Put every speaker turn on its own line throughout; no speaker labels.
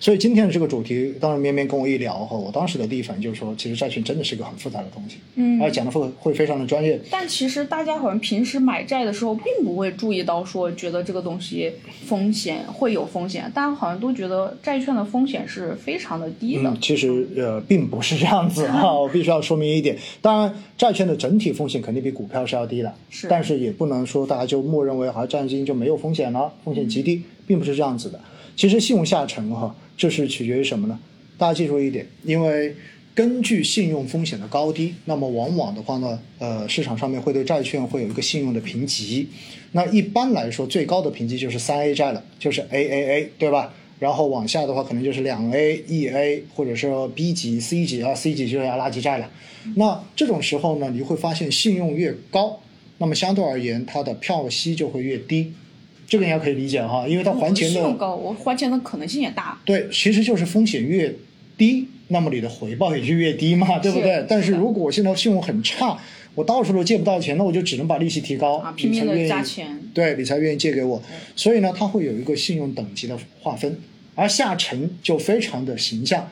所以今天的这个主题，当然绵绵跟我一聊后，我当时的第一反应就是说，其实债券真的是一个很复杂的东西，
嗯
而且讲的会会非常的专业。
但其实大家好像平时买债的时候，并不会注意到说觉得这个东西风险会有风险，大家好像都觉得债券的风险是非常的低的。
嗯，其实呃，并不是这样子啊，我必须要说明一点。当然，债券的整体风险肯定比股票是要低的，
是
但是也不能说大家就默认为好像债券基金就没有风险了，风险极低，并不是这样子的。其实信用下沉哈，这是取决于什么呢？大家记住一点，因为根据信用风险的高低，那么往往的话呢，呃，市场上面会对债券会有一个信用的评级。那一般来说，最高的评级就是三 A 债了，就是 AAA，对吧？然后往下的话，可能就是两 A、E A 或者是 B 级、C 级啊，C 级就是要垃圾债了。那这种时候呢，你会发现信用越高，那么相对而言它的票息就会越低，这个应该可以理解哈，因为它还钱
我信用
的
高，我还钱的可能性也大。
对，其实就是风险越低，那么你的回报也就越低嘛，对不
是
对？但是
是的
如果我现在信用很差，我到处都借不到钱，那我就只能把利息提高，
啊拼
你才
命地
愿意
加钱
对你才愿意借给我。所以呢，它会有一个信用等级的划分，而下沉就非常的形象，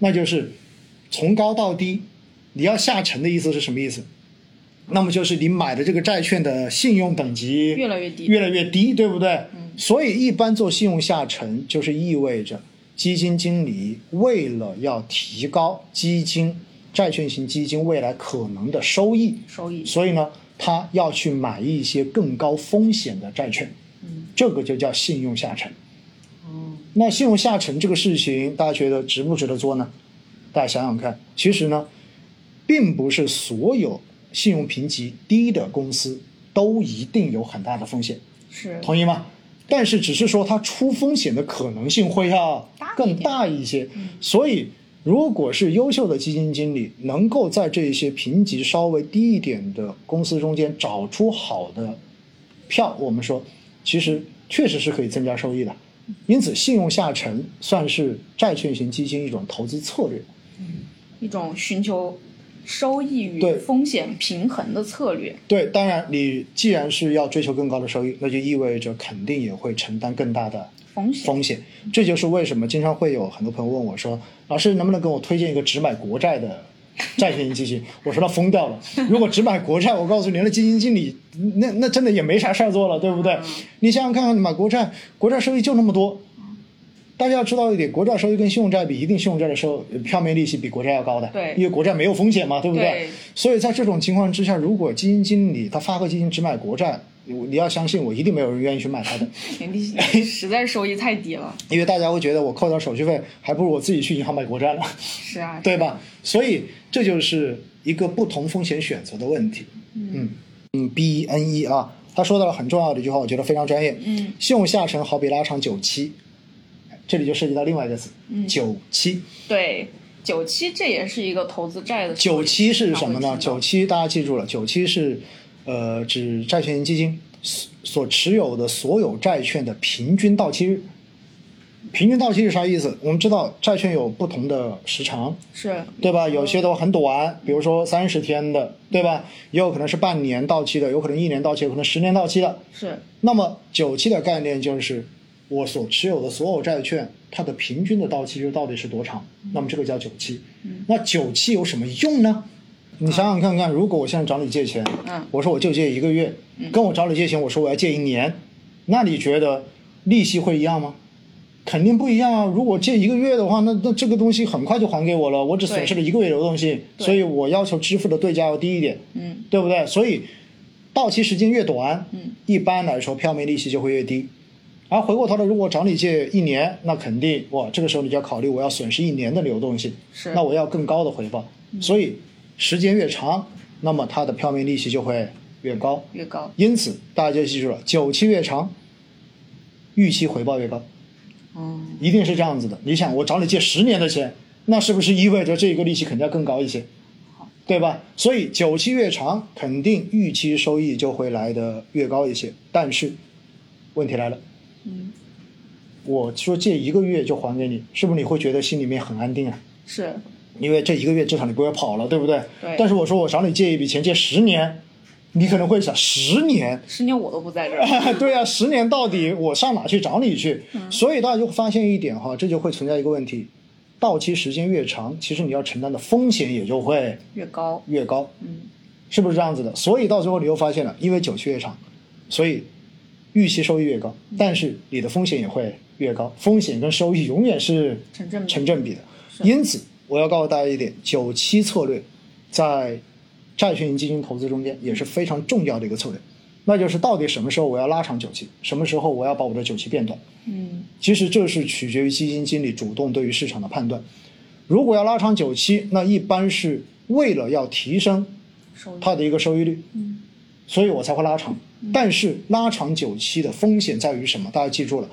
那就是从高到低。你要下沉的意思是什么意思？那么就是你买的这个债券的信用等级
越来越低
越来越低，对不对？
嗯
所以一般做信用下沉，就是意味着基金经理为了要提高基金债券型基金未来可能的收益，
收益
所以呢，他要去买一些更高风险的债券，
嗯，
这个就叫信用下沉。
哦，
那信用下沉这个事情，大家觉得值不值得做呢？大家想想看，其实呢，并不是所有信用评级低的公司都一定有很大的风险，
是
同意吗？但是只是说它出风险的可能性会要更大一嗯些，所以如果是优秀的基金经理能够在这些评级稍微低一点的公司中间找出好的票，我们说其实确实是可以增加收益的。因此，信用下沉算是债券型基金一种投资策略。
一种寻求收益与
对
风险平衡的策略。
对，当然，你既然是要追求更高的收益，那就意味着肯定也会承担更大的
风险
风险。这就是为什么经常会有很多朋友问我说：“老师，能不能给我推荐一个只买国债的债券型基金？” 我说他疯掉了。如果只买国债，我告诉您，那基金经理那那真的也没啥事儿做了，对不对？
嗯
你想想看看，你买国债，国债收益就那么多。大家要知道一点，国债收益跟信用债比，一定信用债的收票面利息比国债要高的，
对
因为国债没有风险嘛，对不
对
所以在这种情况之下，如果基金经理他发个基金只买国债，我你要相信我，一定没有人愿意去买他的。
利息实在收益太低了。
因为大家会觉得我扣点手续费，还不如我自己去银行买国债呢，
是啊，
对吧？所以这就是一个不同风险选择的问题。嗯嗯，B E N E 啊，他说到了很重要的一句话，我觉得非常专业。
嗯，
信用下沉好比拉长久期，这里就涉及到另外一个词，久期。
对，九七这也是一个投资债的策略
九期是什么呢？
常
九
会提
期大家记住了，九期是呃指债券型基金所所持有的所有债券的平均到期日。平均到期是啥意思？我们知道债券有不同的时长，
到是
对吧？有些都很短，比如说三十天的，对吧？也有可能是半年到期的，有可能一年到期，有可能十年到期的。
是
那么九期的概念就是我所持有的所有债券，它的平均的到期日到底是多长？
嗯
那么这个叫九期。那九期有什么用呢？你想想看看，如果我现在找你借钱，
啊嗯
我说我就借一个月，跟我找你借钱，我说我要借一年，那你觉得利息会一样吗？肯定不一样啊！如果借一个月的话，那那这个东西很快就还给我了，我只损失了一个月的东西，
对
所以我要求支付的对价要低一点。
嗯，
对不对？所以到期时间越短，
嗯，
一般来说票面利息就会越低。而回过头来，如果找你借一年，那肯定哇，这个时候你就要考虑我要损失一年的流动性，
是嗯
那我要更高的回报。所以时间越长，那么它的票面利息就会越高。
越高
因此，大家就记住了，久期越长，预期回报越高。
嗯
一定是这样子的。你想，我找你借十年的钱，那是不是意味着这个利息肯定要更高一些，对吧？所以久期越长，肯定预期收益就会来的越高一些。但是，问题来了，
嗯
我说借一个月就还给你，是不是你会觉得心里面很安定啊？
是
因为这一个月至少你不会跑了，对不对？
对
但是我说我找你借一笔钱，借十年，你可能会想，十年，
十年我都不在这儿。
对啊，十年到底我上哪去找你去？所以大家就会发现一点哈，这就会存在一个问题，到期时间越长，其实你要承担的风险也就会
越高，
越高，
嗯，
是不是这样子的？所以到最后你又发现了，因为久期越长，所以预期收益越高，
嗯
但是你的风险也会越高，风险跟收益永远是
成正比
成正比的。
是
因此，我要告诉大家一点，久期策略在债券型基金投资中间也是非常重要的一个策略，那就是到底什么时候我要拉长久期，什么时候我要把我的久期变短。
嗯
其实这是取决于基金经理主动对于市场的判断。如果要拉长久期，那一般是为了要提升
收益，
它的一个收益率，
嗯
所以我才会拉长。但是拉长久期的风险在于什么？大家记住了，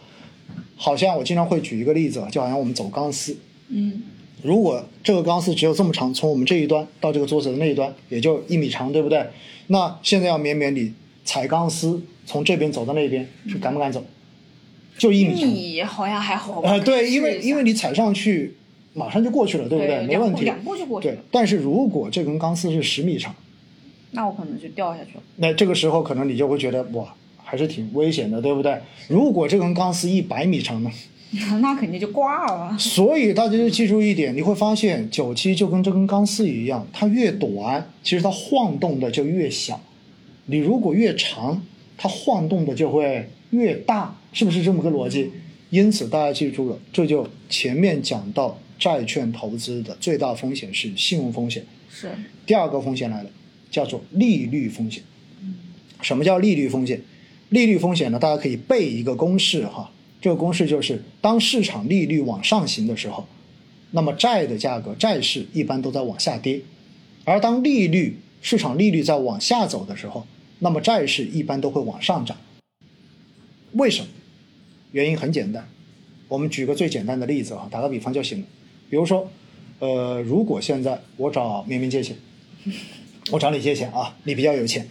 好像我经常会举一个例子啊，就好像我们走钢丝，
嗯
如果这个钢丝只有这么长，从我们这一端到这个桌子的那一端，也就一米长，对不对？那现在要勉勉你踩钢丝从这边走到那边，是敢不敢走？就一米长。
你好像还好吧？
啊，对，因
嗯试
为
一下
因为你踩上去，马上就过去了，对不
对
没
两
问
步
题。
两步就过去
对
了，
但是如果这根钢丝是十米长，
那我可能就掉下去了。
那这个时候可能你就会觉得哇，还是挺危险的，对不对？如果这根钢丝一百米长呢？
那肯定就挂了。
所以大家就记住一点，你会发现九七就跟这根钢丝一样，它越短，其实它晃动的就越小；你如果越长，它晃动的就会越大，是不是这么个逻辑？因此大家记住了，这就前面讲到债券投资的最大风险是信用风险，
是，
第二个风险来了，叫做利率风险。什么叫利率风险？利率风险呢，大家可以背一个公式哈。这个公式就是，当市场利率往上行的时候，那么债的价格、债市一般都在往下跌；而当利率、市场利率在往下走的时候，那么债市一般都会往上涨。为什么？原因很简单，我们举个最简单的例子哈，打个比方就行了。比如说，呃，如果现在我找绵绵借钱， 我找你借钱啊，你比较有 钱，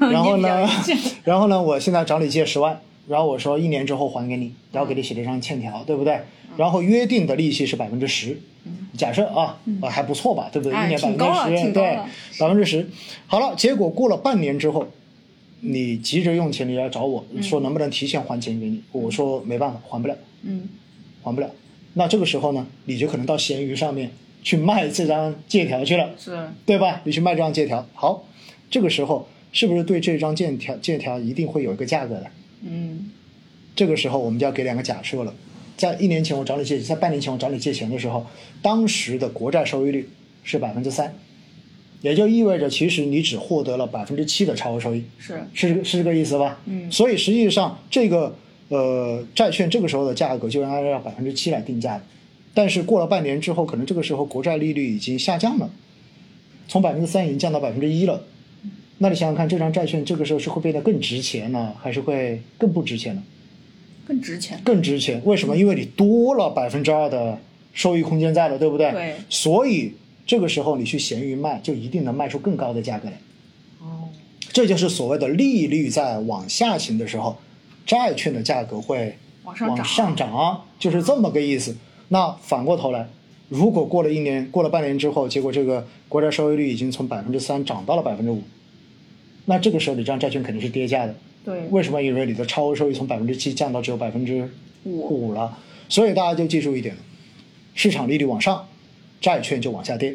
然后呢
你比较有钱，
然后呢，我现在找你借十万，然后我说一年之后还给你，然后给你写了一张欠
嗯
条，对不对？然后约定的利息是百分之十，假设啊，呃还不错吧，对不对？
嗯哎
一年百
挺高了
分之十，
挺高
对
了，
百分之十。好了，结果过了半年之后，你急着用钱，你来找我说能不能提前还钱给你？我说没办法，还不了，
嗯，
还不了。那这个时候呢，你就可能到闲鱼上面去卖这张借条去了，
是，
对吧？你去卖这张借条，好，这个时候是不是对这张借条借条一定会有一个价格的？
嗯
这个时候我们就要给两个假设了。在一年前我找你借，在半年前我找你借钱的时候，当时的国债收益率是百分之三，也就意味着其实你只获得了百分之七的超额收益，
是，
是这个是这个意思吧？
嗯
所以实际上这个呃债券这个时候的价格就按照百分之七来定价的，但是过了半年之后，可能这个时候国债利率已经下降了，从百分之三已经降到百分之一了。那你想想看，这张债券这个时候是会变得更值钱呢，还是会更不值钱呢？
更值钱。
更值钱。为什么？因为你多了百分之二的收益空间在了，对不对？
对
所以这个时候你去闲鱼卖，就一定能卖出更高的价格来。
哦，
这就是所谓的利率在往下行的时候，债券的价格会
往上涨
往上涨，就是这么个意思。那反过头来，如果过了一年、过了半年之后，结果这个国债收益率已经从百分之三涨到了百分之五，那这个时候你这张债券肯定是跌价的。
对，
为什么？因为你的超额收益从百分之七降到只有百分之
五
五了，所以大家就记住一点：市场利率往上，债券就往下跌；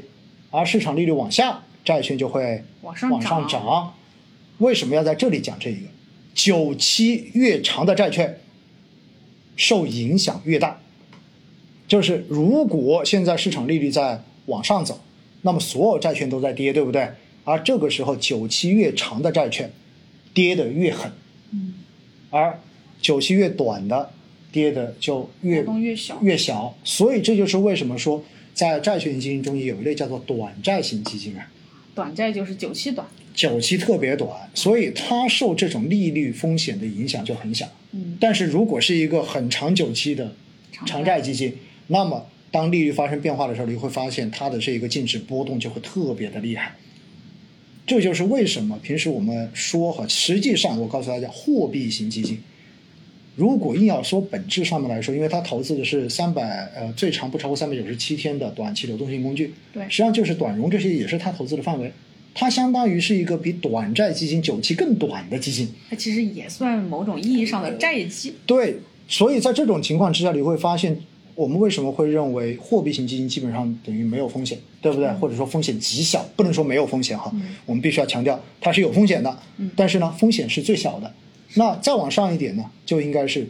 而市场利率往下，债券就会
往上
往上
涨
涨。为什么要在这里讲这一个？久期越长的债券受影响越大，就是如果现在市场利率在往上走，那么所有债券都在跌，对不对？而这个时候久期越长的债券跌得越狠，
嗯，
而久期越短的跌的就越
波动越小
越小。所以这就是为什么说在债券型基金中有一类叫做短债型基金啊，
短债就是久期短。
久期特别短，所以它受这种利率风险的影响就很小。
嗯，
但是如果是一个很长久期的
长
长
债
债基金，那么当利率发生变化的时候，你会发现它的这个净值波动就会特别的厉害。这就是为什么平时我们说哈，实际上我告诉大家，货币型基金，如果硬要说本质上面来说，因为它投资的是三百呃最长不超过三百九十七天的短期流动性工具，
对
实际上就是短融这些也是它投资的范围。它相当于是一个比短债基金久期更短的基金。
它其实也算某种意义上的债基。
对，所以在这种情况之下，你会发现我们为什么会认为货币型基金基本上等于没有风险，对不对？或者说风险极小，不能说没有风险哈。我们必须要强调它是有风险的，但是呢，风险是最小的。那再往上一点呢，就应该是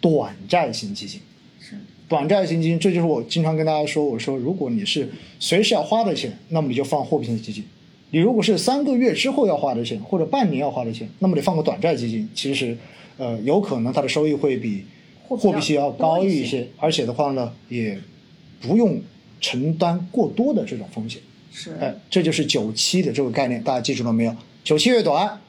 短债型基金。
是，
短债型基金，这就是我经常跟大家说，我说如果你是随时要花的钱，那么你就放货币型基金；你如果是三个月之后要花的钱，或者半年要花的钱，那么你放个短债基金，其实，呃，有可能它的收益会比
货币
货币息要高
多一
一
些
些，而且的话呢，也不用承担过多的这种风险。
是，
哎，这就是久期的这个概念，大家记住了没有？久期越短，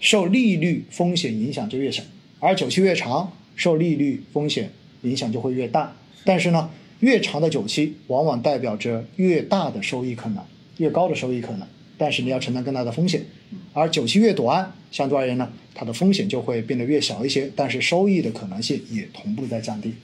受利率风险影响就越小，而久期越长，受利率风险影响就会越大。但是呢，越长的久期往往代表着越大的收益可能，越高的收益可能，但是你要承担更大的风险。而久期越短，相对而言呢，它的风险就会变得越小一些，但是收益的可能性也同步在降低。